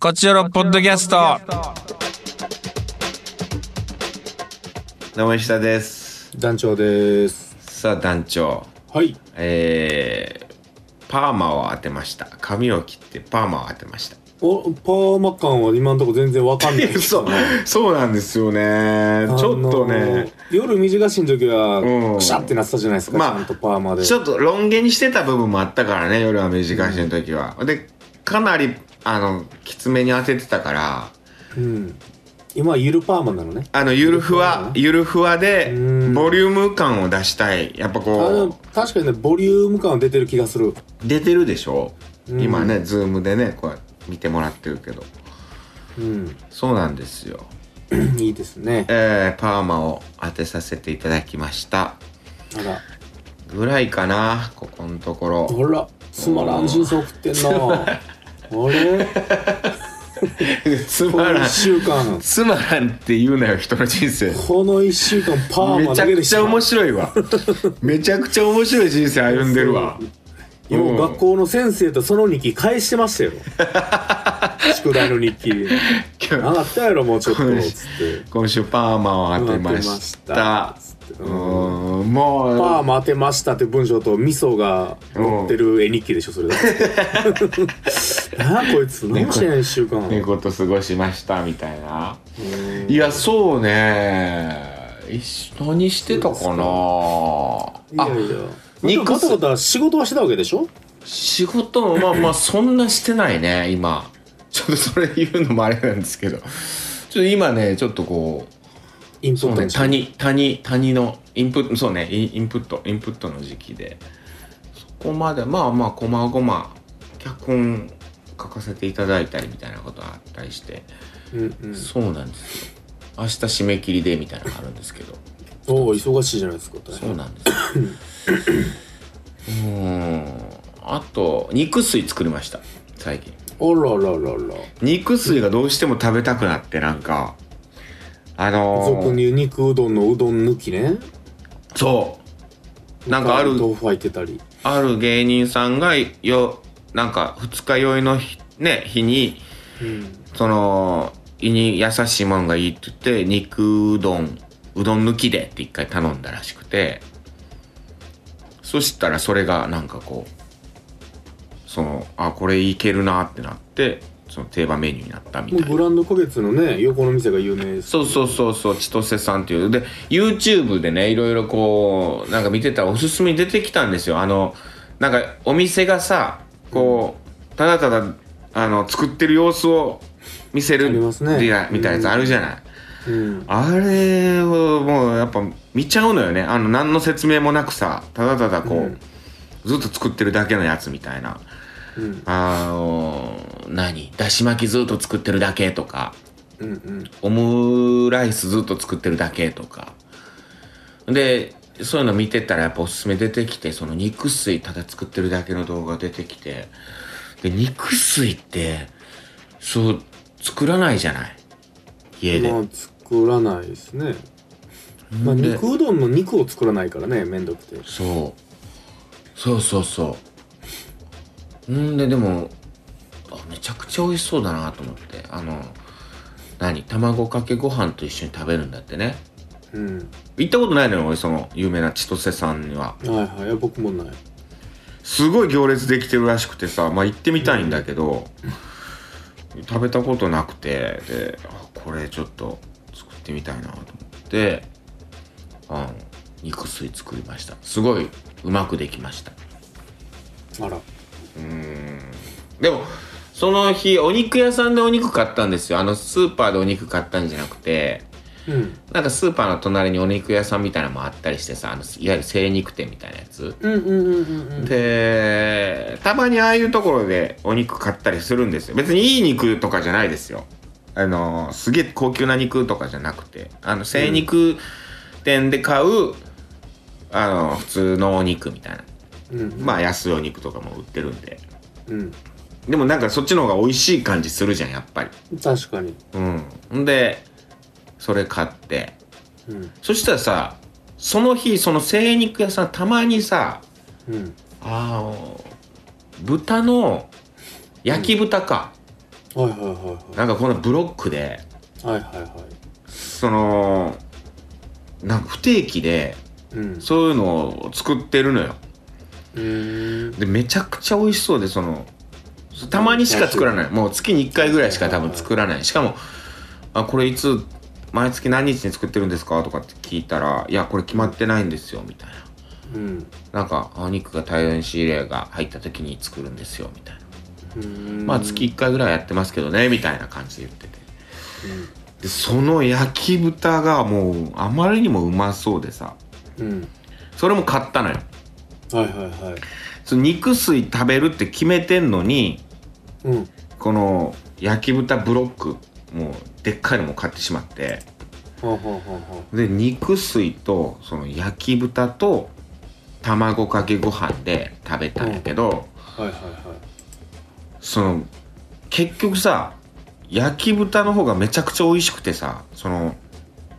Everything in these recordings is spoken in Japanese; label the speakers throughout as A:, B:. A: こちらのポッドキャスト。
B: どうも石田です。
C: 団長です。
B: さあ団長、
C: はい。
B: えー、パーマを当てました。髪を切ってパーマを当てました。
C: お、パーマ感は今のところ全然わか んない。
B: そう、そうなんですよね。ちょっと
C: あの
B: ね
C: ー。。夜短しい時は
B: うん、
C: くしゃってなってたじゃないですか、
B: まあ
C: ちゃんとパーマで。
B: ちょっとロン毛にしてた部分もあったからね、夜は短いしの時は。で、かなり、あの、きつめに当ててたから、
C: うん。今はゆるパーマなのね。
B: あの、ゆるふわ、ゆるふわで
C: う、ん
B: ボリューム感を出したい。やっぱ
C: あの
B: こ
C: 確かにね、ボリューム感は出てる気がする。
B: う、出てるでしょ
C: うん
B: 今ね、ズームでね、こう見てもらってるけど。
C: うん。
B: そうなんですよ。
C: いいですね。
B: えー、パーマを当てさせていただきました。
C: あら、
B: ぐらいかな、ここのところ。
C: ほら、つまらん人生送ってん な。あれ
B: つ
C: こ
B: ま
C: の
B: らん
C: 一。週間、
B: つまらんって言うなよ、人の人生。
C: この一週間パー
B: め
C: マ
B: ち
C: だ
B: ゃ
C: け
B: く
C: で
B: ちゃ面白いわ。めちゃくちゃ面白い人生歩んでるわ。
C: 今
B: うん
C: 学校の先生とその日記返してま したよ宿題の日記
B: 今
C: あ
B: 日
C: がったやろもうちょっと
B: うん
C: つって
B: 今週パーマを当てました。
C: 当てました
B: うーん、もう。
C: パーマ当てましたって文章と味噌が載ってる絵日記でしょそれだ ってなあこいつ何してんの一週間
B: 猫と過ごしましたみたいな
C: うん
B: いやそうね一緒にしてたかなあ
C: いやいや
B: ニック
C: ま
B: ス
C: たまた仕事はしてたわけでしょ
B: 仕事もまあまあそんなしてない ね今ちょっとそれ言うのもあれなんですけどちょっと今ねちょっとこう
C: インプ
B: そ
C: ッ
B: う
C: ト
B: ね
C: の時
B: 谷谷谷のインプットそうねインインプットインプットの時期でそこまでまあまあこまごま脚本書かせていただいたりみたいなことあったりして
C: うんうん
B: そうなんですよ明日締め切りでみたいなのがあるんですけど
C: おお忙しいじゃないですか
B: そうなんですよう ーんあと肉水作りました最近
C: あらららら
B: 肉水がどうしても食べたくなってなんかあの
C: 俗
B: ー、
C: に言う肉うどんのうどん抜きね
B: そうなんかある
C: 豆腐入ってたり
B: ある芸人さんがよなんか二日酔いの日,、ね、日に
C: うん
B: その胃に優しいもんがいいって言って肉うどんうどん抜きでって一回頼んだらしくてそしたらそれがなんかこうそのあこれいけるなってなってその定番メニューになったみ
C: もう
B: たい
C: グ
B: な
C: ランド花月のね横の店が有名です
B: そうそうそうそう千歳さんっていうで YouTube でねいろいろこうなんか見てたらおすすめに出てきたんですよあのなんかお店がさこうただただあの作ってる様子を見せる
C: ありますね
B: リラみたいなやつあるじゃない、
C: うん
B: あれをもうやっぱ見ちゃうのよねあの何の説明もなくさただただこう、
C: うん
B: ずっと作ってるだけのやつみたいな
C: うん
B: あの何だし巻きずっと作ってるだけとか
C: うんうん
B: オムライスずっと作ってるだけとかでそういうの見てたらやっぱおすすめ出てきてその肉水ただ作ってるだけの動画出てきてで肉水ってそう作らないじゃない家で、
C: まあ作らないですねまあ
B: で
C: 肉うどんの肉を作らないからねめんどくて
B: そうそうそうそうんででもあめちゃくちゃ美味しそうだなと思ってあの何卵かけご飯と一緒に食べるんだってね
C: うん
B: 行ったことないのよ俺その有名な千歳さんには
C: はいはいいや僕もない
B: すごい行列できてるらしくてさまあ行ってみたいんだけど、食べたことなくてであこれちょっと作ってみたいなと思ってあの肉水作りましたすごいうまくできました
C: あら
B: でもその日お肉屋さんでお肉買ったんですよあのスーパーでお肉買ったんじゃなくて
C: うん
B: なんかスーパーの隣にお肉屋さんみたいなのもあったりしてさあのいわゆる精肉店みたいなやつ
C: うんうんうんうんうん
B: でたまにああいうところでお肉買ったりするんですよ別にいい肉とかじゃないですよあのすげえ高級な肉とかじゃなくてあの精肉店で買う、あの普通のお肉みたいな
C: うん
B: まあ安いお肉とかも売ってるんで
C: うん
B: でもなんかそっちの方が美味しい感じするじゃんやっぱり
C: 確かに
B: うんんでそれ買って
C: うん
B: そしたらさその日その精肉屋さんたまにさ
C: うん
B: あの豚の焼き豚か、
C: はいはいはい
B: なんかこのブロックで
C: はいはいはいは
B: そのなんか不定期で
C: いうん
B: そういうのを作ってるのよ
C: うーん
B: でめちゃくちゃ美味しそうでそのたまにしか作らないもう月に1回ぐらいしか多分作らないしかもあこれいつ毎月何日に作ってるんですかとかって聞いたらいやこれ決まってないんですよみたいな
C: うん
B: なんかお肉が大量に仕入れが入った時に作るんですよみたいな
C: うーん
B: まあ月1回ぐらいやってますけどねみたいな感じで言っててでその焼き豚がもうあまりにもうまそうでさ
C: うんうん
B: それも買ったのよ
C: はいはいはい
B: その肉吸い食べるって決めてんのに
C: うん
B: この焼き豚ブロックもうでっかいのも買ってしまって
C: ほうほうほうほ
B: で肉水とその焼き豚と卵かけご飯で食べたんやけど、
C: うはいはいは
B: その結局さ焼き豚の方がめちゃくちゃ美味しくてさその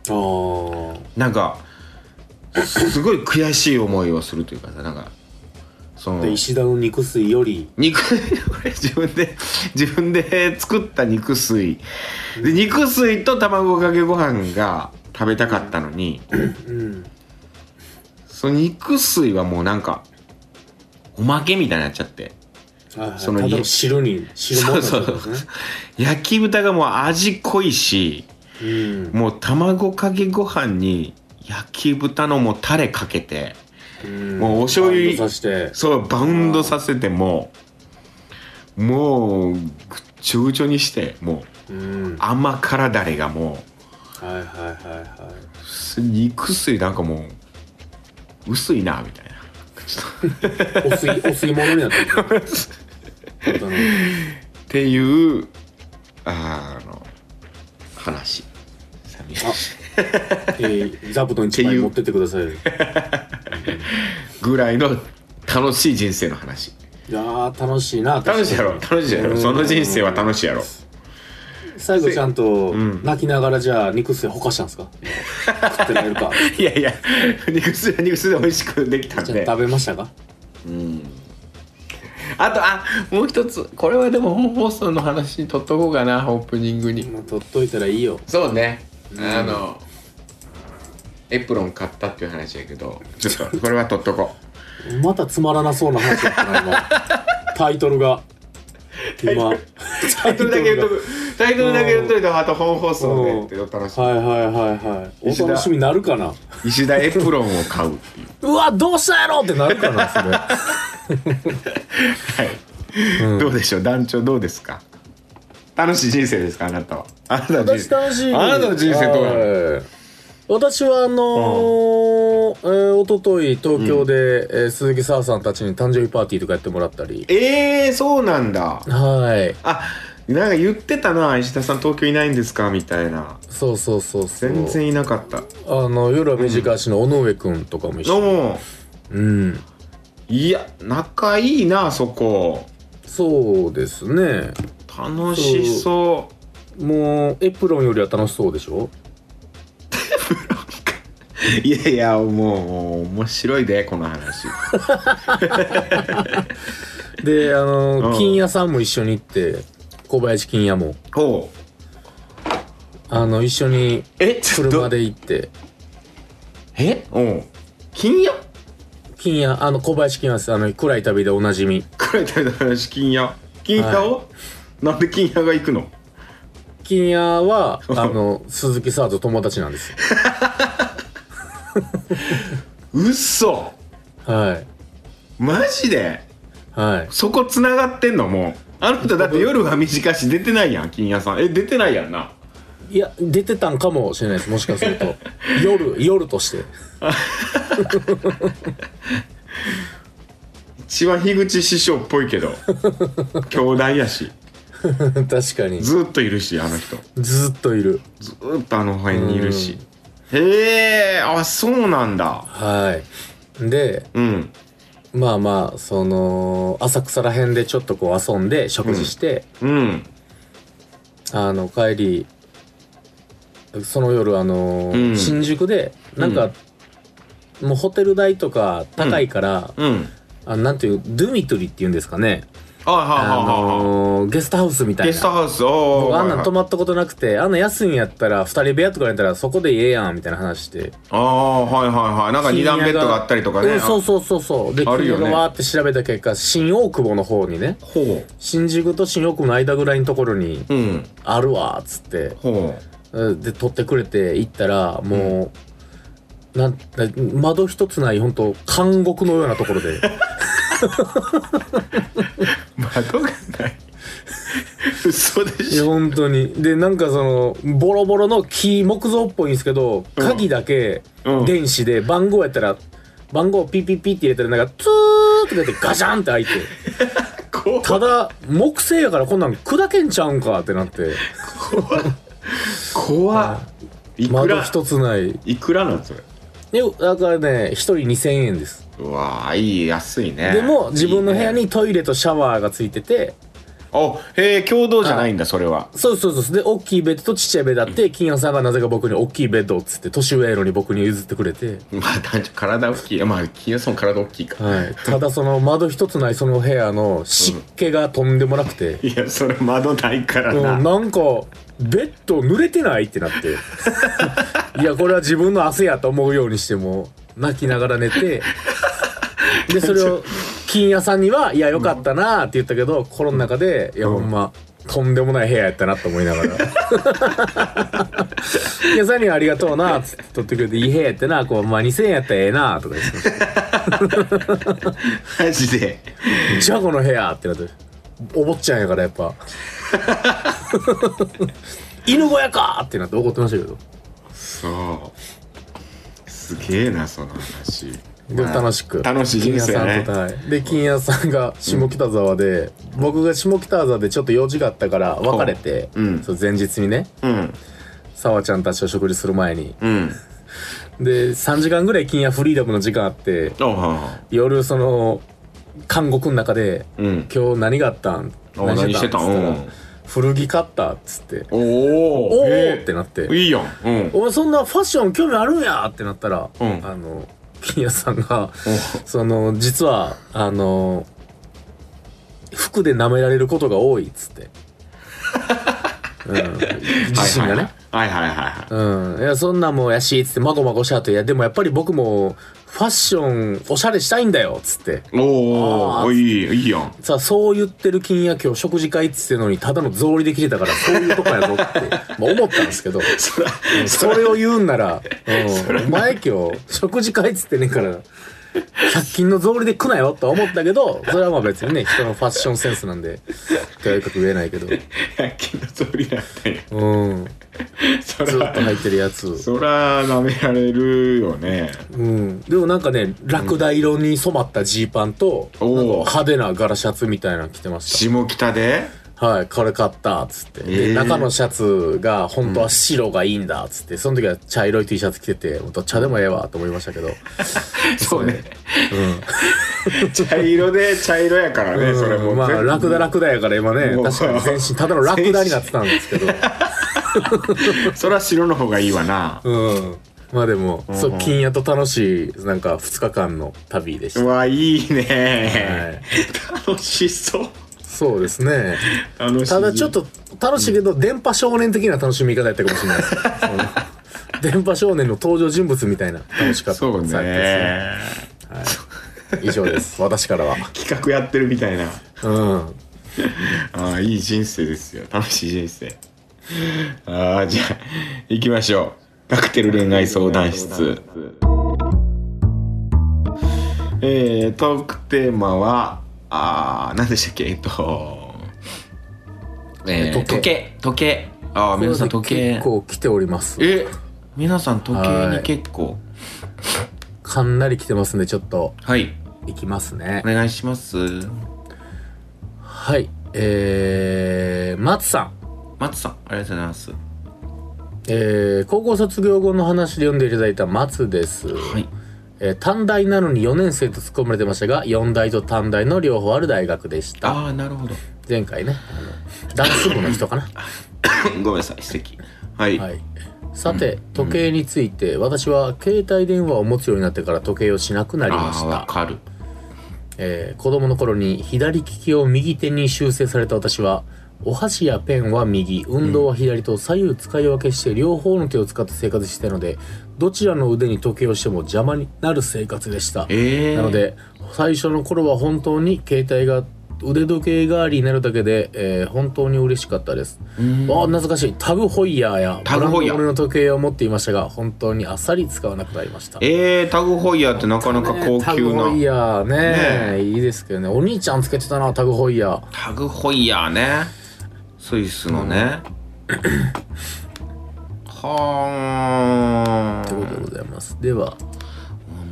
C: いああ
B: なんかすごい悔しい思いをするというかさなんかその
C: で石田の肉水より
B: 肉 これ自分で自分で作った肉水で肉水と卵かけご飯が食べたかったのに
C: うん
B: その肉水はもうなんかおまけみたいになっちゃって
C: はいはい
B: その
C: ただ
B: い
C: の汁に汁物になっちゃったんですね
B: 焼き豚がもう味濃いし
C: うん
B: もう卵かけご飯に焼き豚のもうタレかけて
C: うん
B: もうお醤油
C: バンドさして
B: そうバウンドさせてもうもうぐっちょぐちょにしてもう
C: うんは
B: 甘辛だれがもう。
C: いはいはいはい
B: 肉水なんかもう薄いなみたいなちょっと
C: お吸い、お吸い物になって る。本当に
B: っていうあーあの話寂しい
C: あえー、座布団一枚持ってってくださいよ。い
B: ぐらいの楽しい人生の話
C: やー、楽しいな。
B: 楽しいやろ楽しいやろその人生は楽しいやろ
C: 最後ちゃんと
B: ん
C: 泣きながらじゃあ肉吸いほかしたんで すか食ってられるか。
B: いやいや肉水は肉水で美味しくできたん
C: じゃあ
B: で
C: 食べましたか
B: あとあもう一つこれはでも本放送の話にとっとこうかなオープニングに
C: もう取っといたらいいよ。
B: そうね、あのエプロン買ったっていう話やけどちょっとこれは取っとこ
C: またつまらなそうな話だった な、今。タイトルが。今。
B: うタイトルだけ言っと
C: タ
B: くタ
C: イ
B: イトルだけ言っといてあと本放送でっていう楽し
C: トルがはいはいはいはい。
B: 石田
C: お楽しみになるかな
B: み石田エプロンを買うっていう
C: うわ、どうしたやろってなるかな、それ。
B: はい、どうでしょう団長どうですか楽しい人生ですかあなたはあなたの人
C: 私
B: 生
C: 楽しい
B: あなたの人生どうなの
C: はい私はあのーえー、おととい東京で、えー鈴木沙さんたちに誕生日パーティーとかやってもらったり
B: えー、そうなんだ
C: はい
B: あなんか言ってたな石田さん東京いないんですかみたいな
C: そうそうそうそう
B: 全然いなかった
C: あの夜は短いしの尾上くんとかも一
B: どう
C: 緒
B: も
C: うん
B: いや仲いいなそこ
C: そうですね
B: 楽しそう
C: もうエプロンよりは楽しそうでしょ
B: いやいやもうもう面白いでこの話
C: であのー
B: うん
C: 金谷さんも一緒に行って小林金谷も
B: ほう
C: あの一緒に
B: えちょっ
C: 車
B: と
C: で行って
B: えうん金や
C: 金谷あの小林金谷ですあの暗い旅でおなじみ
B: これ食べた話金や金やを、なんで金やが行くの
C: 金谷はあの鈴木沙と友達なんですよ
B: うっそ
C: はい
B: マジで
C: はい
B: そこつながってんのもうあなただって夜は短し出てないやん金やさんえ出てないやんない
C: や出てたんかもしれないですもしかする と夜夜として
B: 一番樋口師匠っぽい けど兄弟やし
C: 確かにず
B: ずっといるしあの人
C: ずっといる
B: ずーっとあの辺にいるしへえあそうなんだ
C: はいで
B: うん
C: まあまあその浅草ら辺でちょっとこう遊んで食事して、
B: うん
C: あの帰りその夜あのー
B: うん
C: 新宿でなんか、もうホテル代とか高いから、
B: うん
C: あのなんていうドゥミトリっていうんですかね
B: はい
C: あ
B: はいはいはい
C: のーゲストハウスみたい
B: ゲ
C: な
B: ストハウスお
C: 僕
B: ー
C: あんなん泊まったことなくてあんなん安いんやったら二人部屋とかやったらそこでええやんみたいな話して
B: ああはいはいはいなんか二段ベッドがあったりとかね
C: うんそうそうそうそうで
B: ある
C: 君
B: よね
C: がわーって調べた結果新大久保の方にね
B: ほ
C: 新宿と新大久保の間ぐらいのところに
B: ううん
C: あるわーっつって
B: ほ
C: うんで撮ってくれて行ったらもう、なんな窓一つない本当監獄のようなとこ ろで
B: う窓がない 嘘で
C: い
B: し
C: や
B: ょ
C: 本当にでなんかそのボロボロの木木造っぽいんですけど鍵だけ
B: うん
C: 電子で番号やったら番号をピッピッピッって入れたらなんかツーって出てガシャンって開いて
B: 怖
C: ただ木製やからこんなん砕けんちゃうんかってなって
B: 怖いく
C: 窓
B: ら
C: 一つない
B: いくらなんそれ
C: でだからね一人2000円です
B: うわーいい安いね
C: でも自分の部屋
B: いいね
C: にトイレとシャワーがついてて
B: あへえ共同じゃないんだそれは
C: そうそうそうで大きいベッドとちっちゃいベッドあって金谷さんがなぜか僕に大きいベッドをつって年上やのに僕に譲ってくれて、
B: まあ単純体大きいまあ金谷さんも体大きいか
C: はい、ただその窓一つないその部屋の湿気がとんでもなくて、
B: いやそれ窓ないから
C: うん、
B: な
C: なんかベッド濡れてないってなって いやこれは自分の汗やと思うようにしても泣きながら寝てでそれを金谷さんには「いやよかったな」って言ったけど心の中で「いやほんまとんでもない部屋やったな」と思いなが ら「金谷さんにはありがとうな」っつって取ってくれて「いい部屋やってなこう、まあ、2,000円やったらええな」とか言って
B: マジで
C: 「じゃあこの部屋」ってなってお坊ちゃんやからやっぱ犬小屋かってなって怒ってましたけど。
B: そうすげえなその話
C: で
B: まあ
C: 楽しく
B: 楽しい人生ね
C: 金谷さんとはいで金谷さんが下北沢で、僕が下北沢でちょっと用事があったから別れて、
B: ほううん
C: そう前日にね
B: うん
C: 沢ちゃんたちを食事する前に
B: うん
C: で3時間ぐらい金谷フリーダムの時間あって
B: あは
C: 夜その監獄の中で
B: いうん
C: 「今日何があったん
B: あ何してたん
C: っつったら
B: うん
C: 古着買った」っつって
B: お
C: 「お
B: お
C: お!」
B: へえ
C: ってなって
B: いいやんうん
C: お前そんなファッション興味あるんやってなったら、
B: うん
C: あの金谷さんがその実はあの服で舐められることが多いっ つって、うん、自身がね、
B: はいはいはいはい
C: うん、いやそんなんもやしっつってまごまごしちゃっていやでもやっぱり僕もファッションおしゃれしたいんだよっつって
B: お
C: あ
B: お
C: ー
B: いいいいやん
C: さあそう言ってる金谷今日食事会っつってのにただの草履で切れたからそういうとこやぞって、まあ、思ったんです けど
B: そら
C: それを言うんなら、うん、お前今日食事会っつってねえから100均の草履で来なよとは思ったけどそれはまあ別にね人のファッションセンスなんでとやかく言えないけど
B: 百均の通りだったんや
C: うん
B: そ
C: ずっと
B: ら
C: 履いてるやつ
B: そら舐められるよね
C: うんでもなんかねラクダ色に染まったジーパンと、
B: おー
C: なんか派手な柄シャツみたいなの着てました
B: 下北で
C: はい、これ買ったっつって、で
B: えー
C: 中のシャツが本当は白がいいんだっつって、その時は茶色い T シャツ着ててどっちでもええわと思いましたけど、
B: そうね茶色で茶色やからねそれも
C: うんまあ
B: 全部
C: ラクダラクダやから今ね
B: もう
C: 確かに全身ただのラクダになってたんです けど、
B: そら白の方がいいわな
C: うん、まあでも、
B: ん
C: そう金谷と楽しいなんか2日間の旅でし
B: う
C: た、
B: わいい
C: は
B: ね
C: い、
B: 楽しそう
C: そうですね
B: 楽しい
C: ただちょっと楽しいけど、電波少年的な楽しみ方やったかもし れないですその電波少年の登場人物みたいな楽しかった
B: そう
C: さっきで
B: ね
C: すね以 上です私からは
B: 企画やってるみたいな
C: うん
B: ああいい人生ですよ楽しい人生ああじゃあ行きましょうカクテル恋愛相談室えー、トークテーマはあー何でしたっけえっと、えー、
C: 時計
B: 時計時計ああ皆さん時計
C: 結構来ております
B: え皆さん時計に結構
C: かなり来てますんでちょっと
B: はい
C: いきますね
B: お願いします
C: はいえー、松さん
B: 松さんありがとうございますは
C: えー高校卒業後の話で読んでいただいた松です、
B: い
C: えー短大なのに4年生と突っ込まれてましたが4大と短大の両方ある大学でした
B: ああなるほど
C: 前回ねあのダンス部の 人かな
B: ごめんなさい指摘はい、
C: はいさて時計について、私は携帯電話を持つようになってから時計をしなくなり
B: あ
C: まし
B: あ
C: た
B: わかる
C: えー子供の頃に左利きを右手に修正された私はお箸やペンは右運動は左と左右使い分けして両方の手を使って生活していたのでどちらの腕に時計をしても邪魔になる生活でした、
B: えー
C: なので最初の頃は本当に携帯が腕時計代わりになるだけで、えー本当に嬉しかったです、
B: うん
C: ああ懐かしいタグホイヤーや
B: タグホイヤー
C: ブランド物の時計を持っていましたが本当にあっさり使わなくなりました
B: えー、タグホイヤーってなかなか高
C: タ
B: 級
C: グホイ
B: な。
C: ヤーね
B: ね
C: いいですけどねお兄ちゃんつけてたなタグホイヤー
B: タグホイヤーね。スイスのね。は
C: というこ
B: ー
C: とでございますでは
B: ん。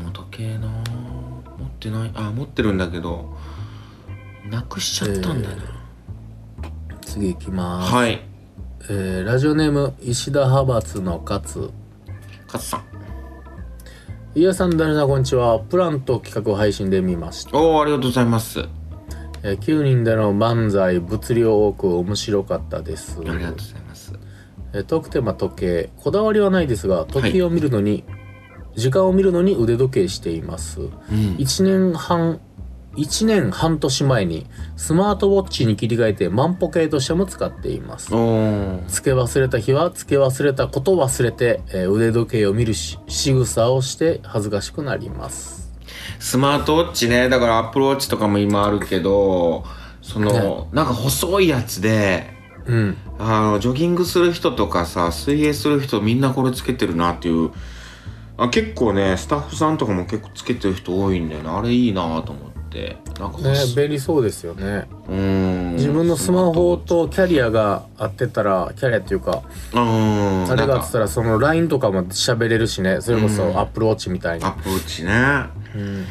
B: もう時計な持ってない。あ、持ってるんだけど、なくしちゃったんだよな。
C: 次いきます、
B: はい。
C: えーラジオネーム石田派閥の勝
B: カツさん。
C: 飯田さん誰さんこんにちはプラント企画配信で見ました
B: おー、ありがとうございます。あ
C: えー9人での漫才物量多く面白かったです
B: りがとうございます。
C: えートークテーマ時計こだわりはないですが時計を見るのに、時間を見るのに腕時計しています
B: うん。
C: 1年半1年半年前にスマートウォッチに切り替えて万歩計としても使っています
B: おー。
C: つけ忘れた日はつけ忘れたことを忘れて、えー腕時計を見るし仕草をして恥ずかしくなります
B: スマートウォッチねだからアップルウォッチとかも今あるけどそのなんか細いやつで
C: うん
B: あのジョギングする人とかさ水泳する人みんなこれつけてるなっていうあ結構ねスタッフさんとかも結構つけてる人多いんだよねあれいいなと思ってなんか
C: ね
B: 細い、
C: 便利そうですよね
B: うーん
C: 自分のスマホとキャリアが合ってたらキャリアっていうか
B: うーん
C: あれが
B: な
C: あ
B: ん
C: って
B: か
C: たらその LINE とかも喋れるしねそれこそ
B: うん
C: アップルウォッチみたいに
B: アップルウォッチね
C: うん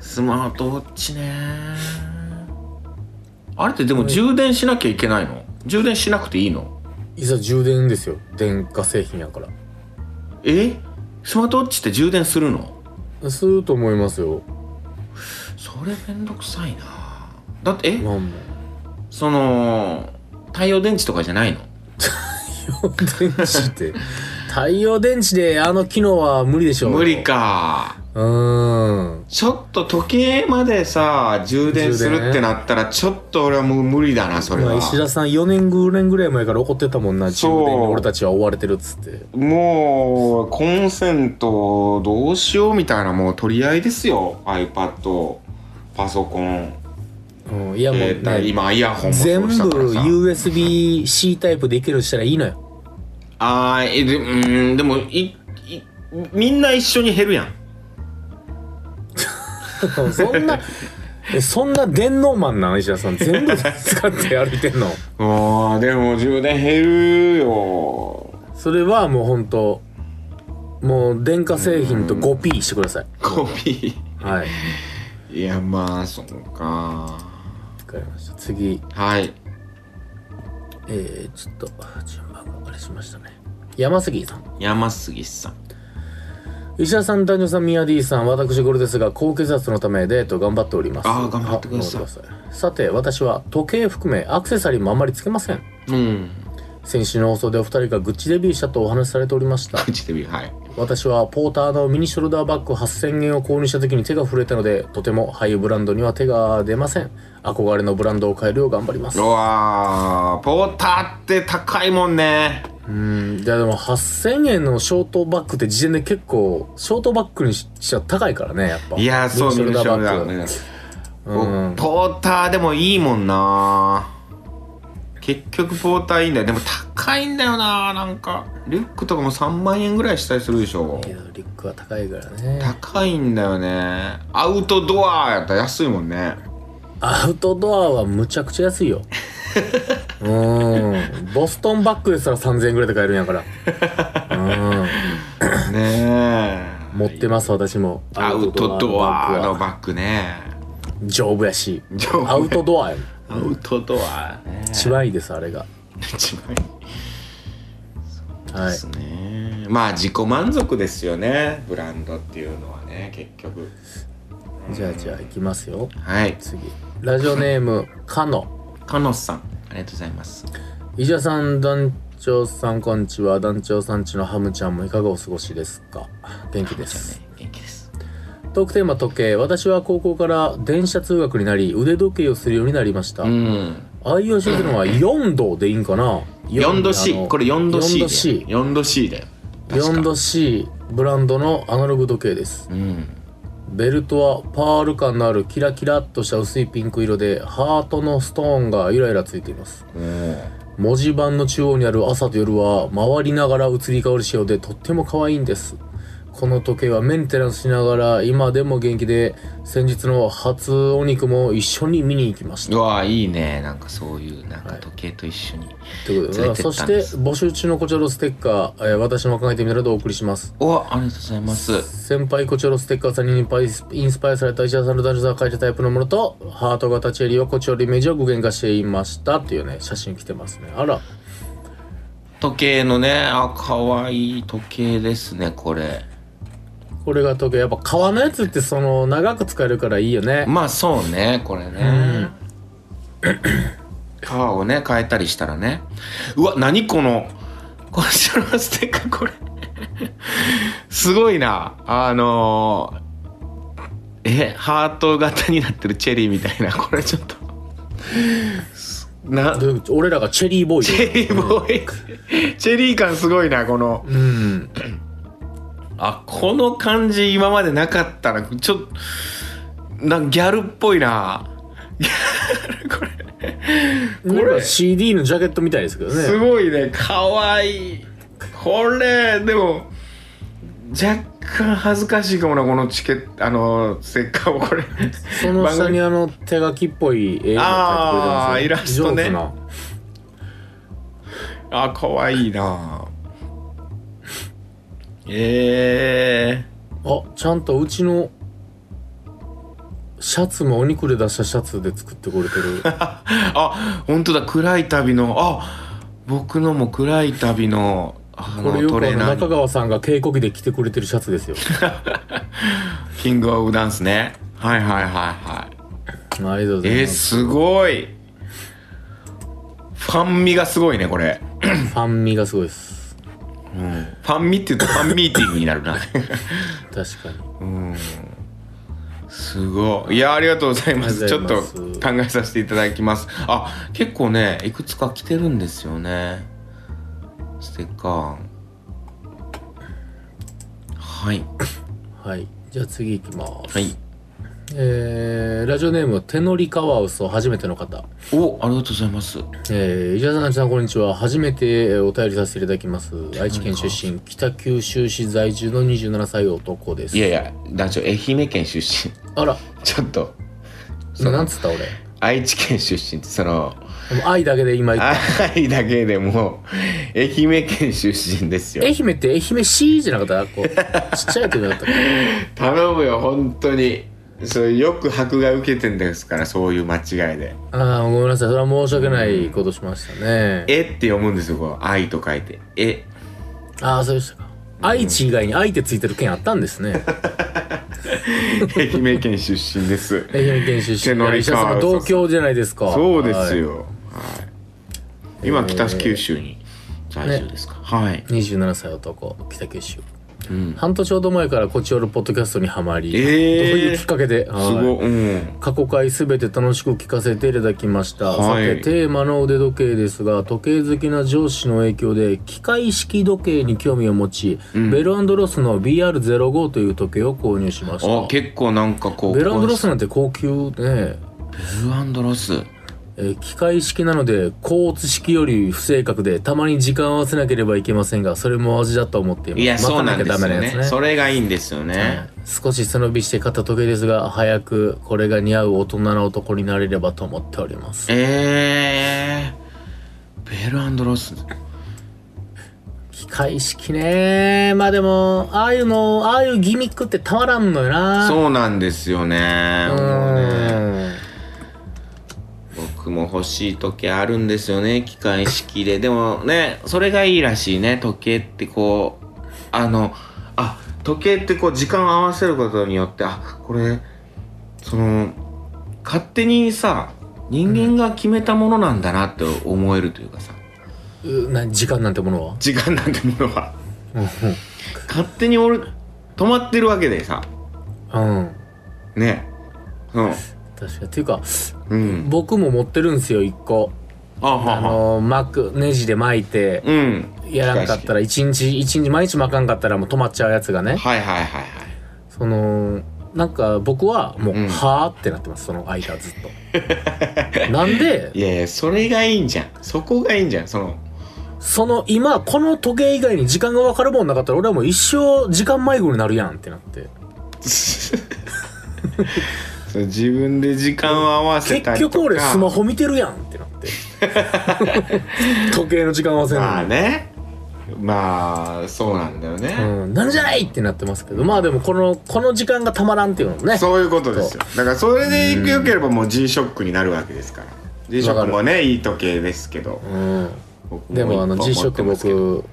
B: スマートウォッチねあれってでも充電しなきゃいけないの充電しなくていいの
C: いざ充電ですよ電化製品やから
B: えスマートウォッチって充電するの
C: すると思いますよ
B: それめんどくさいなだってえ
C: まあもう
B: その太陽電池とかじゃないの
C: 電池 って太陽電池であの機能は無理でしょう
B: 無理か
C: うーん
B: ちょっと時計までさ充電するってなったらちょっと俺はもう無理だなそれ
C: まあ
B: は
C: 石田さん4年ぐらい前から怒ってたもんな充
B: そう
C: 電に俺たちは追われてるっつって
B: もうコンセントどうしようみたいなもう取り合いですよ iPad パソコン、
C: うんいやもう
B: 携帯
C: ね
B: 今イヤホンも
C: 全
B: そう
C: 部
B: したからさ
C: USB-C タイプでいけるようにしたらいいのよ
B: あーえでうーんでもいいみんな一緒に減るやん
C: そんな、えそんな電脳マンなの石田さん。全部使って歩いてんの。
B: あーでも充電減るよ
C: それはもう本当もう電化製品と 5P してください。
B: コピ
C: はい。
B: ーいやまあそうか
C: わかりました。次、
B: はい
C: えー、ちょっと、順番があれしましたね。山杉さん。
B: 山杉さん
C: 石田さん、男女さん、宮 D さん、私ゴルですが、高血圧のためデート頑張っております。
B: あー頑張ってください
C: あ頑張ってくださいさて、私は時計含めアクセサリーもあんまりつけません。
B: うん
C: 先週の放送でお二人がグッチデビューしたとお話しされておりました。
B: フジテレビはい
C: 私はポーターのミニショルダーバッグ8000円を購入した時に手が震えたのでとてもハイブランドには手が出ません憧れのブランドを変えるよう頑張ります
B: うわーポーターって高いもんね
C: うんいやでも8000円のショートバッグって時点で結構ショートバッグにしちゃ高いからねやっぱ
B: いやーそう見るしょうだね
C: うん
B: おポーターでもいいもんな結局ポーターいいんだよでも高いんだよななんかリュックとかも3万円ぐらいしたりするでしょ
C: けどリュックは高いからね
B: 高いんだよねアウトドアやったら安いもんね
C: アウトドアはむちゃくちゃ安 いようんボストンバッグですら3000円ぐらいで買えるんやからうん
B: ね え
C: 持ってます私も
B: アウトドア
C: の
B: の
C: バッグは
B: バッグね
C: 丈夫やし
B: 丈夫
C: アウトドアやん
B: アウトドアね
C: 一番いいですあれが
B: 一番いい
C: は
B: で
C: い
B: すね、まあ自己満足ですよねブランドっていうのはね結局
C: じゃあじゃあいきますよ
B: はい
C: 次ラジオネームかの
B: カノスさんありがとうございます
C: 伊者さん団長さんこんにちは団長さんちのハムちゃんもいかがお過ごしですか元気で
B: じゃあ
C: す
B: ね元気です
C: とトークテーマ時計私は高校から電車通学になり腕時計をするようになりました、
B: うん。
C: 愛用してるのは4度でいいんかな
B: 4度 C
C: あの
B: これ4度 C
C: 4度 C
B: だよ4度 C だよ確か
C: 4度 C ブランドのアナログ時計です
B: うん
C: ベルトはパール感のあるキラキラっとした薄いピンク色でハートのストーンがゆらゆらついています文字盤の中央にある朝と夜は回りながら移り変わる仕様でとっても可愛いんですこの時計はメンテナンスしながら今でも元気で先日の初お肉も一緒に見に行きまし
B: う
C: た
B: わいいねなんかそういうなんか時計と一緒に、
C: ということで
B: 連れてったん
C: そし
B: で
C: て
B: す
C: 募集中のこちょろステッカー、えー私も考えてみたらとお送りします
B: おありがとうございます
C: 先輩コチョロステッカーさんにインパイスインスパイアされた石田さんの男女が書いたタイプのものとハート型チェリーはコチョロイメージを具現化していましたっていうね写真来てますねあら
B: 時計のねあ可愛い時計ですねこれ
C: これが時計やっぱ革のやつってその長く使えるからいいよね
B: まあそうねこれね革をね変えたりしたらねうわ何このこちらのステッカーこれすごいなあのーえハート型になってるチェリーみたいなこれちょっとすな
C: どういう俺らがチェリーボーイ
B: チェリーボーイチェリー感すごいなこの
C: うん
B: あこの感じ今までなかったなちょっなギャルっぽいなギャルこれ
C: なんか CD のジャケットみたいですけど
B: す
C: ね
B: ごいねかわいいこれでも若干恥ずかしいかもなこのチケットあのせっかくこれ
C: その下にあの手書きっぽい絵が描いてくれてますね
B: あーイラストね
C: 上手な
B: あかわいいなえ
C: あちゃんとうちのシャツもお肉で出したシャツで作ってくれてる
B: ー、あ本当だ暗い旅のあ僕のも暗い旅のあ
C: これ
B: の
C: よ
B: ト
C: く
B: レ
C: あ
B: ー
C: の
B: ナ
C: 中
B: ーに
C: 川さんが稽古着で着てくれてるシャ ツですよ
B: キングオブダンスねはいはいはいはい
C: ありがとうござい
B: えー、
C: ます、
B: すごいファン味がすごいねこれ、
C: ファン味がすごいです
B: うん、ファン味って言うとファンミーティングになる な
C: 確かに
B: すごいいやありがとうございます
C: あり
B: ち
C: が
B: ょっ
C: とう
B: と
C: ございます
B: 考えさせていただきますあ結構ねいくつか来てるんですよねステッカーはい
C: はいじゃあ次行きます
B: はい
C: えーラジオネーム手乗りカワウソ初めての方
B: おありがとうございます
C: えー、伊沢さん、あんちさん、こんにちは。初めてお便りさせていただきます。愛知県出身、北九州市在住の27歳男です。
B: いやいや団長愛媛県出身
C: あら、
B: ちょっと
C: なんつった俺。で
B: 愛知県出身ってその
C: も愛だけで今言っ
B: 愛だけでもう愛媛県出身です
C: た。
B: よ
C: 愛媛って愛媛市じゃなかったこう、ちっちゃい時だったか
B: 頼むよ本当にそれよく箔が受けてんですからそういう間違いで
C: ああ、ごめんなさい。それは申し訳ないことしましたね
B: 「え」って読むんですよこの愛」と書いて「え
C: ああ、そうでしたか。愛知以外に愛ってついてる県あったんですね。」
B: 愛媛県出身です
C: 愛媛県出
B: 手
C: 身
B: 乗
C: の
B: り
C: 医者さん
B: カ
C: の
B: ワウソ
C: 同郷じゃないですか。
B: そうです
C: はい。
B: よ、はい、今北九州に在住ですか、はい
C: 27歳男、北九州。
B: うん
C: 半年ほど前からこちおるポッドキャストにはまり、
B: えー
C: どういうきっかけですはい
B: ごうん
C: 過去回すべて楽しく聞かせていただきました、
B: はい
C: さてテーマの腕時計ですが時計好きな上司の影響で機械式時計に興味を持ち、ベルロスの BR05 という時計を購入しまし
B: あ
C: た
B: 結構なんかこう
C: ベルロス
B: ベ
C: なんて高級で、
B: ルアンドロス
C: えー機械式なので交通式より不正確でたまに時間を合わせなければいけませんがそれも味だと思っています
B: いやそうなんですよ
C: 待たなきゃダメ
B: ね
C: やつ
B: それがいいんですよね、
C: 少し背伸びして買った時計ですが早くこれが似合う大人の男になれればと思っております
B: えー、ベルロス
C: 機械式ねまあでもああいうのああいうギミックってたまらんのよな
B: そうなんですよね
C: う
B: もうね
C: ん
B: 僕も欲しい時計あるんですよね機械式ででもねそれがいいらしいね時計ってこうあのあ時計ってこう時間を合わせることによってあこれその勝手にさ人間が決めたものなんだなって思えるというかさ、
C: うな時間なんてものは
B: 時間なんてものは勝手に俺止まってるわけでさ
C: ううん
B: ねうん
C: 確かっていうか
B: うん
C: 僕も持ってるんですよ一個
B: あは
C: あ
B: は
C: の巻くネジで巻いて
B: うん
C: やらんかったら一日一日毎日巻かんかったらもう止まっちゃうやつがね
B: はいはいはいはい
C: そのなんか僕はもう「
B: うん
C: はーってなってますその間ずっとなんで
B: いやいやそれがいいんじゃんそこがいいんじゃんその
C: その今この時計以外に時間が分かるもんなかったら俺はもう一生時間迷子になるやんってなって
B: そう自分で時間を合わせた
C: 結
B: りとか
C: 局俺スマホ見てるやんってなって 時計の時間合わせん
B: まあ
C: のに、
B: ねまあそうなんだよね、
C: うん、なんじゃいってなってますけどまあでもこのこの時間がたまらんっていうのもね
B: そういうことですよだからそれでよければもう G ショックになるわけですから G ショックもねいい時計ですけど
C: うん、
B: 僕
C: でもあの
B: 一本
C: G ショック
B: 持ってますけど
C: 僕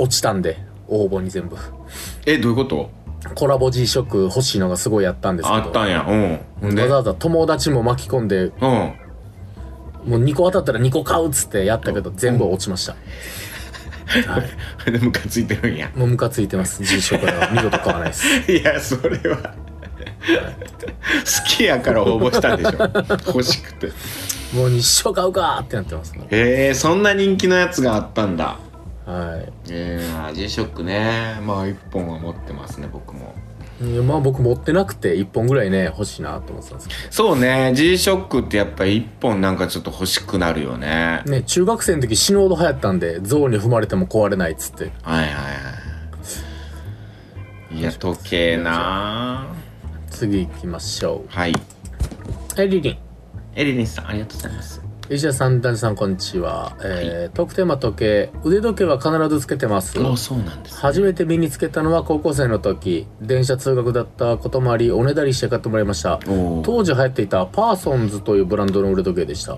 C: 落ちたんで応募に全部
B: えどういうこと
C: コラボ G ショック欲しいのがすごいあったんですけど
B: あったんやうんほんで
C: わざ
B: う
C: わざ友達も巻き込んで
B: ん
C: もう2個当たったら2個買うっつってやったけど全部落ちました、はい、
B: でムカついてるん や
C: もうムカついてます G ショッ クは見事買わないです
B: いやそれは好きやから応募したんでしょ欲しくて
C: もう一生買うかーってなってますね
B: えー、そんな人気のやつがあったんだ
C: はい
B: えー、G ショックねまあ1本は持ってますね僕も
C: いやまあ僕持ってなくて1本ぐらいね欲しいなと思ってたんですけ
B: そうね G ショックってやっぱ1本なんかちょっと欲しくなるよね
C: どね中学生の時死ぬほど流行ったんで象に踏まれても壊れないっつって
B: はいはいはいいや時計な
C: 次行きましょ
B: はい
C: えリリン
B: エリリンさんありがとうございます
C: 石田さん、ダンジさん、こんにちは。えートークテーマ時計、腕時計は必ずつけてます。
B: あそうなんです
C: 初めて身につけたのは高校生の時、電車通学だったこともあり、おねだりして買ってもらいました。
B: おー
C: 当時流行っていたパーソンズというブランドの腕時計でした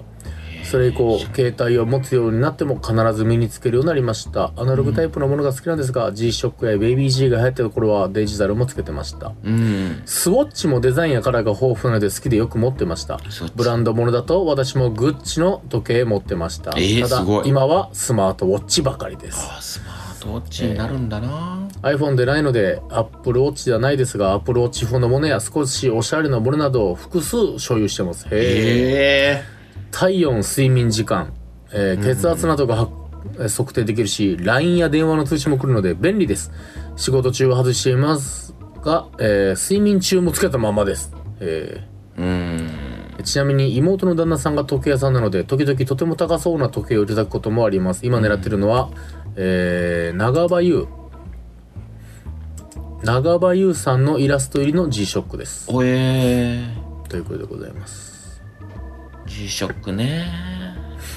C: それ以降携帯を持つようになっても必ず身につけるようになりましたアナログタイプのものが好きなんですが、G-SHOCK や BabyG が流行ってた頃はデジタルもつけてました
B: うん
C: スウォッチもデザインやカラーが豊富なので好きでよく持ってました
B: スウォッチ
C: ブランドものだと私もグッチの時計持ってました、
B: えー
C: た
B: す
C: だ
B: ごい
C: 今はスマートウォッチばかりです
B: あスマートウォッチになるんだな、
C: iPhone でないので Apple Watch ではないですが Apple Watch 風のものや少しおしゃれなものなどを複数所有してますへえ
B: え
C: 体温睡眠時間、えー血圧などがはえー測定できるし LINE や電話の通知も来るので便利です仕事中は外していますが、えー睡眠中もつけたままです、え
B: ー、うん
C: ーちなみに妹の旦那さんが時計屋さんなので時々とても高そうな時計をいただくこともあります今狙ってるのは、えー長場優長場優さんのイラスト入りの G ショックです
B: おえ
C: ということでございます
B: ー、G ショックね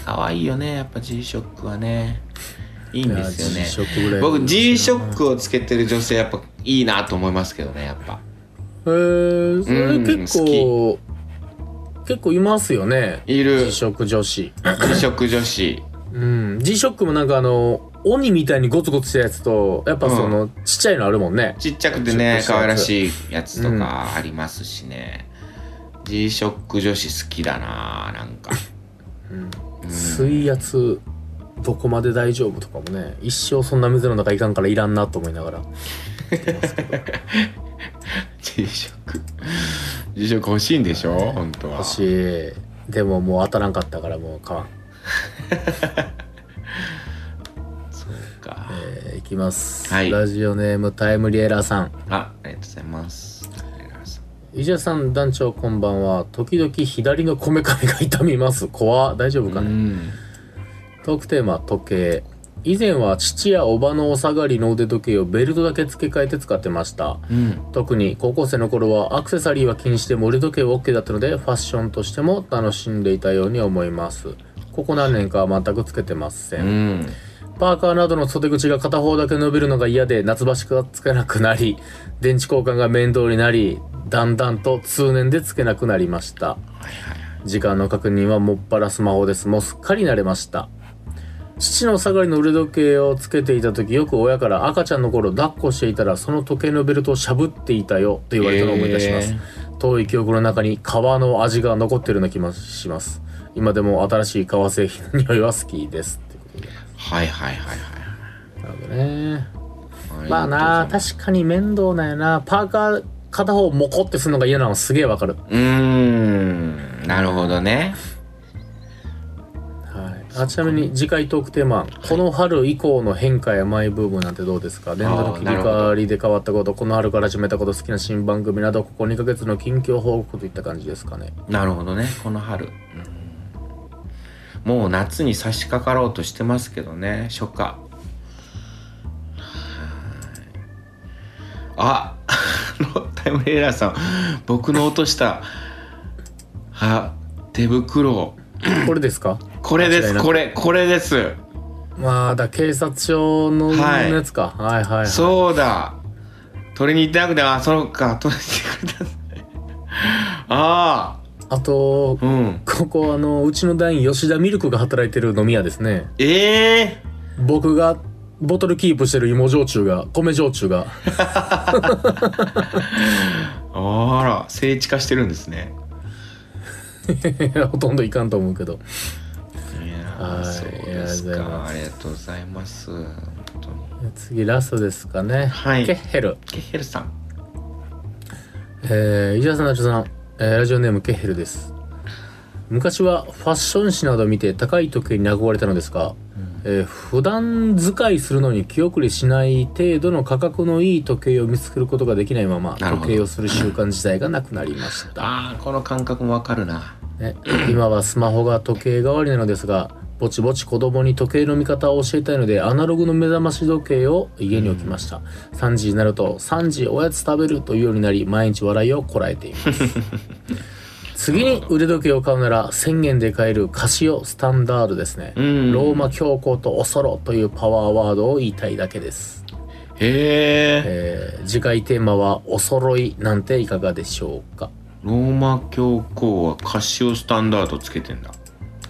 B: 可愛いよねやっぱ G ショックはねいいんですよ
C: いや G-SHOCK ぐら
B: ね
C: い
B: 僕 G ショックをつけてる女性やっぱいいなと思いますけどねやっぱ
C: へーそれ
B: うん
C: 結構、結構いますよね。
B: いる
C: G 職女
B: G シ
C: 子。
B: ョック女子
C: うん。G ショックもなんかあの、鬼みたいにゴツゴツしたやつと、やっぱその、ちっちゃいのあるもんね。
B: ちっちゃくてね可愛らしいやつとかありますしね、G ショック女子好きだななんか
C: 水圧、どこまで大丈夫とかもね、一生そんな水の中いかんからいらんなと思いながら。
B: G ショック G ショック欲しいんでしょ本当は
C: 私、でももう当たらんかったからもう買わん。
B: そうか
C: えーいきます。
B: はい
C: ラジオネームタイムリエラーさん。
B: あありがとうございますありがとうございます
C: 石田さん団長こんばんは時々左のこめかみが痛みます怖大丈夫かね、
B: うん
C: トークテーマ時計以前は父やおばのお下がりの腕時計をベルトだけ付け替えて使ってました
B: うん
C: 特に高校生の頃はアクセサリーは気にしても腕時計は OK だったのでファッションとしても楽しんでいたように思いますここ何年かは全くつけてませ
B: う
C: ん
B: ん
C: パーカーなどの袖口が片方だけ伸びるのが嫌で夏場しかつけなくなり、電池交換が面倒になり、だんだんと通年でつけなくなりました。時間の確認はもっぱらスマホです。もうすっかり慣れました。父の下がりの腕時計をつけていた時よく親から赤ちゃんの頃抱っこしていたらその時計のベルトをしゃぶっていたよと言われたのを思い出します、
B: へ
C: 遠い記憶の中に革の味が残ってるような気もします今でも新しい革製品の匂いは好きですってことで
B: はいはいはい
C: なるほどね
B: はい
C: まあな確かに面倒なんやなパーカー片方モコってするのが嫌なのすげえわかる。
B: うーんなるほどね
C: はい、あちなみに次回トークテーマ、この春以降の変化やマイブームなんてどうですか連続切り替わりで変わったことこの春から始めたこと好きな新番組などここ2ヶ月の近況報告といった感じですかね
B: なるほどねこの春、うんもう夏に差し掛かろうとしてますけどね初夏はーいあ あのタイムレーラーさん僕の落としたあ手袋
C: これですか
B: これで
C: 間違い
B: す
C: なく
B: これこれです
C: まあだから警察署の
B: はい
C: やつか、はい、はいはい
B: そうだ取りに行ってなくてあそうか取りに行ってくれたんだねあ
C: あと
B: あうん
C: ここあのうちの団員吉田ミルクが働いてる飲み屋ですね
B: ええ
C: 僕がボトルキープしてる芋焼酎が米焼酎が
B: あら聖地化してるんですね
C: ほとんどいかんと思うけど
B: いや
C: はい
B: ーそうです
C: ありがとうございま
B: か
C: す
B: ありがとうございます本当に
C: 次ラストですかね
B: はい
C: ケッヘル
B: ケヘルさん
C: えー、石田さん、ナチョさん、えーラジオネームケッヘルです。昔はファッション誌などを見て高い時計に憧れたのですが、えー普段使いするのに気遅れしない程度の価格のいい時計を見つけることができないまま
B: なるほど
C: 時計をする習慣自体がなくなりました、
B: あーこの感覚もわかるな
C: ね、 今はスマホが時計代わりなのですがぼちぼち子供に時計の見方を教えたいのでアナログの目覚まし時計を家に置きました、3時になると3時おやつ食べるというようになり毎日笑いをこらえて います次に腕時計を買うなら1000円で買えるカシオスタンダードですね、
B: うん
C: ローマ教皇とおそろというパワーワードを言いたいだけです、
B: へえ
C: えー次回テーマはお揃いなんていかがでしょうか
B: ローマ教皇はカシオスタンダードつけてんだ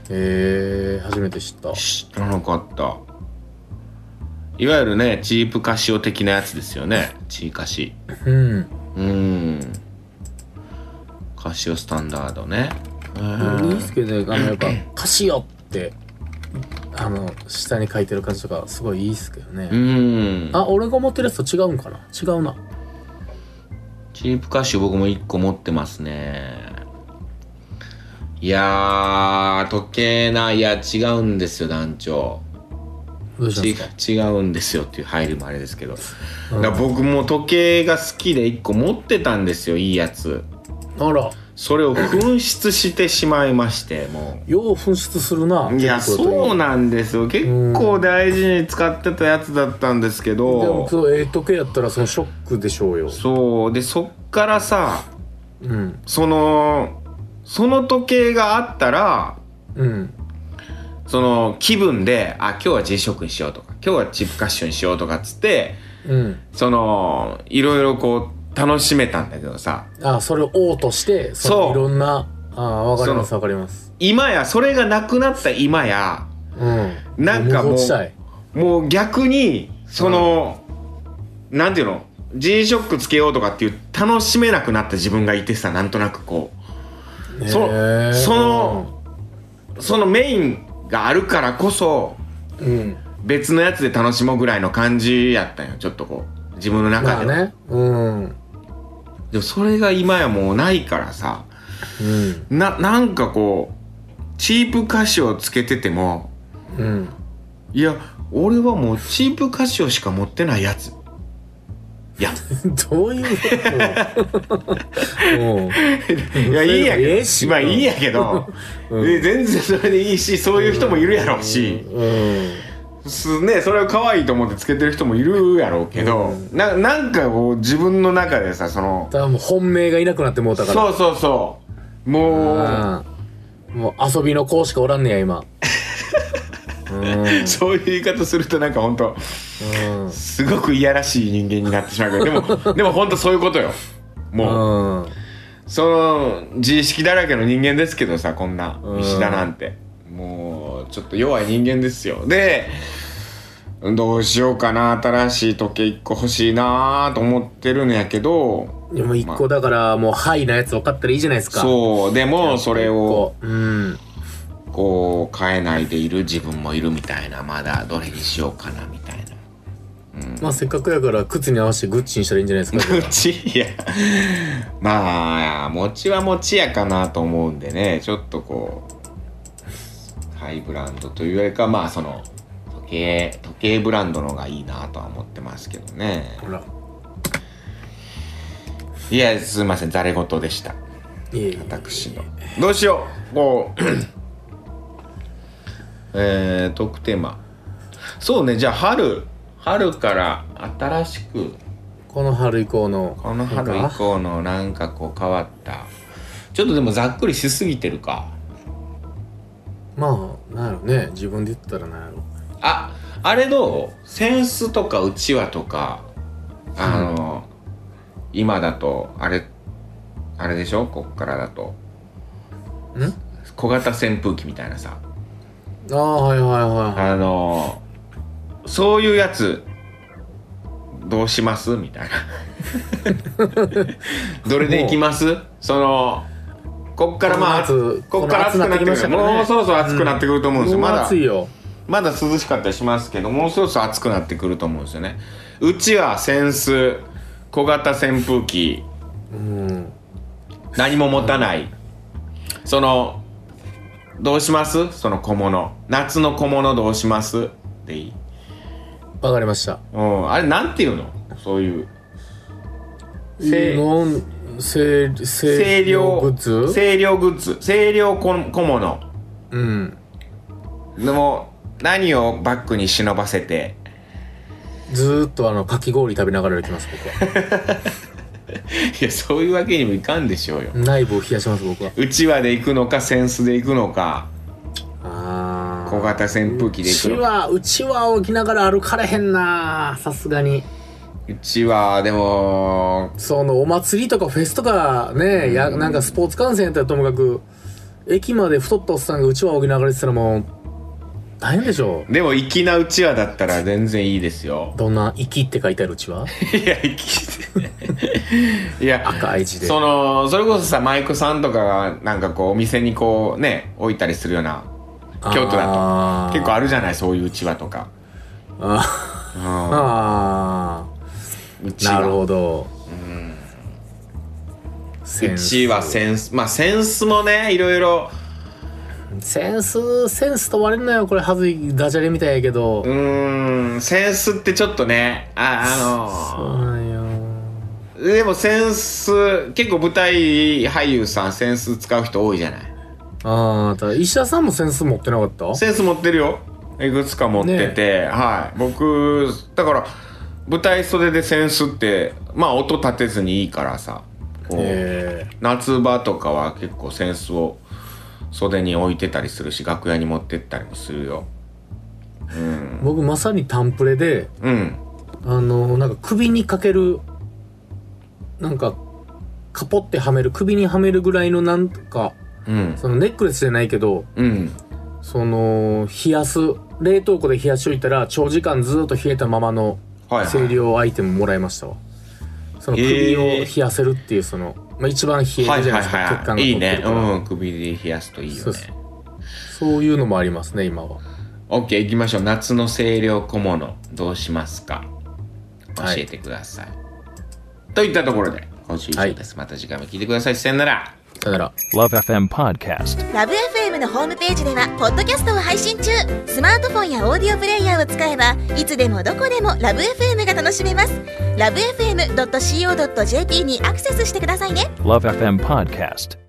C: えー、初めて知った
B: 知らなかったいわゆるねチープカシオ的なやつですよねチーカシ
C: うん
B: うんカシオスタンダードね
C: いいですけどねあのやっぱ「カシオ」ってあの下に書いてる感じとかすごいいいですけど
B: う
C: ね
B: ん
C: あ俺が思ってるやつと違うんかな違うな
B: チープカッシュ僕も1個持ってますね。いやー、時計な、いや、違うんですよ、団長。
C: どうしたん
B: ち
C: ですか
B: 違うんですよっていう入りもあれですけど。だから僕も時計が好きで1個持ってたんですよ、いいやつ。
C: あら
B: それを紛失してしまいまして、もう。
C: よう紛失するない
B: いや、そう
C: な
B: なんですよ。結構大事に使ってたやつだったんですけ
C: でも
B: ど。
C: そうええ時計やったらそのショックでしょうよ
B: そう。で、そっからさ、
C: うん
B: その、その時計があったら、
C: うん
B: その気分で、あ、今日は G ショックにしようとか、今日はチップカッションにしようとかっつって、
C: うん
B: その、いろいろこう、楽しめたんだけどさ、
C: あそれを「王としてそ
B: そう
C: のいろんなあわかりま
B: そ
C: すわかります
B: 今や、それがなくなった今や、
C: うん
B: なんかもう
C: 無法地帯
B: もう逆に、その、なんていうの、G ショックつけようとかっていう、楽しめなくなった自分がいてさ、なんとなくこう、そ
C: へー
B: の、その、そのメインがあるからこそ、
C: うん
B: 別のやつで楽しもうぐらいの感じやったんよ、ちょっとこう、自分の中
C: ま
B: で
C: あ
B: は。
C: ねうん
B: でもそれが今やもうないからさ
C: うん
B: ななんかこうチープ歌詞をつけてても
C: うん
B: いや俺はもうチープ歌詞をしか持ってないやついや
C: どういうこと
B: いやいいや
C: え
B: け
C: えし
B: どまあいいやけど、
C: うん
B: で全然それでいいしそういう人もいるやろうし、
C: うん
B: すね、それを可愛いと思ってつけてる人もいるやろうけど、
C: うん
B: ななんかこう自分の中でさその
C: 多分本命がいなくなってもうたから
B: そうそうそうもう
C: うんもう遊びの子しかおらんね や今うん
B: そういう言い方するとなんか本当
C: うん
B: すごくいやらしい人間になってしまうけどで もでも本当そういうことよもう、
C: うん
B: その自意識だらけの人間ですけどさこんな
C: うん
B: 石田なんて、もうちょっと弱い人間ですよでどうしようかな新しい時計1個欲しいなと思ってるんやけど
C: でも一個だからもうハイなやつ分かったらいいじゃないですか
B: そうでもそれを
C: うん
B: こう変えないでいる自分もいるみたいなまだどれにしようかなみたいな
C: まあせっかくやから靴に合わせてグッチにしたらいいんじゃないですか
B: うち いやまあ餅は餅やかなと思うんでねちょっとこうハイブランドというよりかまあその時計時計ブランドの方がいいなとは思ってますけどね
C: ほら
B: いやすいませんざれ言でした
C: いえいえ
B: 私のどうしようこうえー、トークテーマそうねじゃあ春春から新しく
C: この春以降の
B: この春以降のなんかこう変わったちょっとでもざっくりしすぎてるか
C: まあなんやろね自分で言ったらなんやろ
B: ああれどうセンスとかうちわとかあの、今だとあれあれでしょこっからだと
C: ん
B: 小型扇風機みたいなさ
C: ああはいはいはいはい
B: あのそういうやつどうしますみたいな どれでいきますそのこっからまあ
C: この夏
B: こっから暑くなってくる
C: この暑くなってきましたからね
B: もうそろそろ暑くなってくると思うんですよ、
C: もう
B: まだ
C: 暑いよ
B: まだ涼しかったりしますけどもうそろそろ暑くなってくると思うんですよねうちはセンス小型扇風機
C: うん
B: 何も持たないそのどうしますその小物夏の小物どうしますでいい
C: わかりました
B: うん、あれなんていうのそういうせい
C: ノン清
B: 清涼
C: グッズ
B: 清涼グッズ清涼小小物
C: うん
B: でも何をバッグに忍ばせて
C: ずーっとあのかき氷食べながら歩きます僕は
B: いやそういうわけにもいかんでしょうよ
C: 内部を冷やします僕は
B: うちわで行くのかセンスで行くのか
C: ああ
B: 小型扇風機
C: う
B: で行
C: ち
B: くのか
C: わうちわを着ながら歩かれへんなさすがに
B: うちはでも
C: そのお祭りとかフェスとかね、やなんかスポーツ観戦やったらともかく駅まで太ったおっさんがうちわを着ながら行ってたらもう大変でしょ
B: でも粋なうちわだったら全然いいですよ
C: どんな「きって書いてあるうちわ
B: いや粋で いや
C: 赤い字で
B: そのそれこそさマイクさんとかがなんかこうお店にこうね置いたりするような京都だ
C: あ
B: と
C: ー
B: 結構あるじゃないそういううちわとか
C: あ
B: う
C: あ
B: んうち
C: ーなる
B: わ
C: ほど
B: うちはセンスまあセンスもねいろいろ
C: センスセンス問われんなよこれはずいダジャレみたいやけど、
B: うーんセンスってちょっとねあ
C: そうなんよ
B: あのでもセンス結構舞台俳優さんセンス使う人多いじゃない
C: ああただ石田さんもセンス持ってなかった
B: センス持ってるよいくつか持ってて、はい僕だから舞台袖でセンスってまあ音立てずにいいからさこう
C: え
B: 夏場とかは結構扇子を袖に置いてたりするし楽屋に持ってったりもするよ
C: え僕まさにタンプレで
B: うん
C: あのなんか首にかけるなんかカポってはめる首にはめるぐらいのなんか
B: うん
C: そのネックレスじゃないけど
B: うん
C: その冷やす冷凍庫で冷やしといたら長時間ずっと冷えたままの
B: はい、
C: 清
B: は
C: 涼アイテムもらいましたわその首を冷やせるっていうその、まあ、一番冷え
B: い、
C: るじゃ
B: は
C: ないい
B: は
C: で
B: い
C: すか、血
B: は
C: 管が
B: いい
C: 通っ
B: い
C: てる
B: ね
C: から
B: うん首で冷やすといいよ
C: そう
B: ね
C: そうそういうのもありますね今は
B: OK 行きましょう夏の清涼小物どうしますか教
C: はい
B: えてください、といったところで今週以上です、また次回も聞いてくださいさよなら
C: さよなら
A: Love FM Podcast.
D: ラブ f m のホームページではポッドキャストを配信中スマートフォンやオーディオプレイヤーを使えばいつでもどこでもラブ f m が楽しめますラブ FM.co.jp にアクセスしてくださいね
A: Love FM Podcast.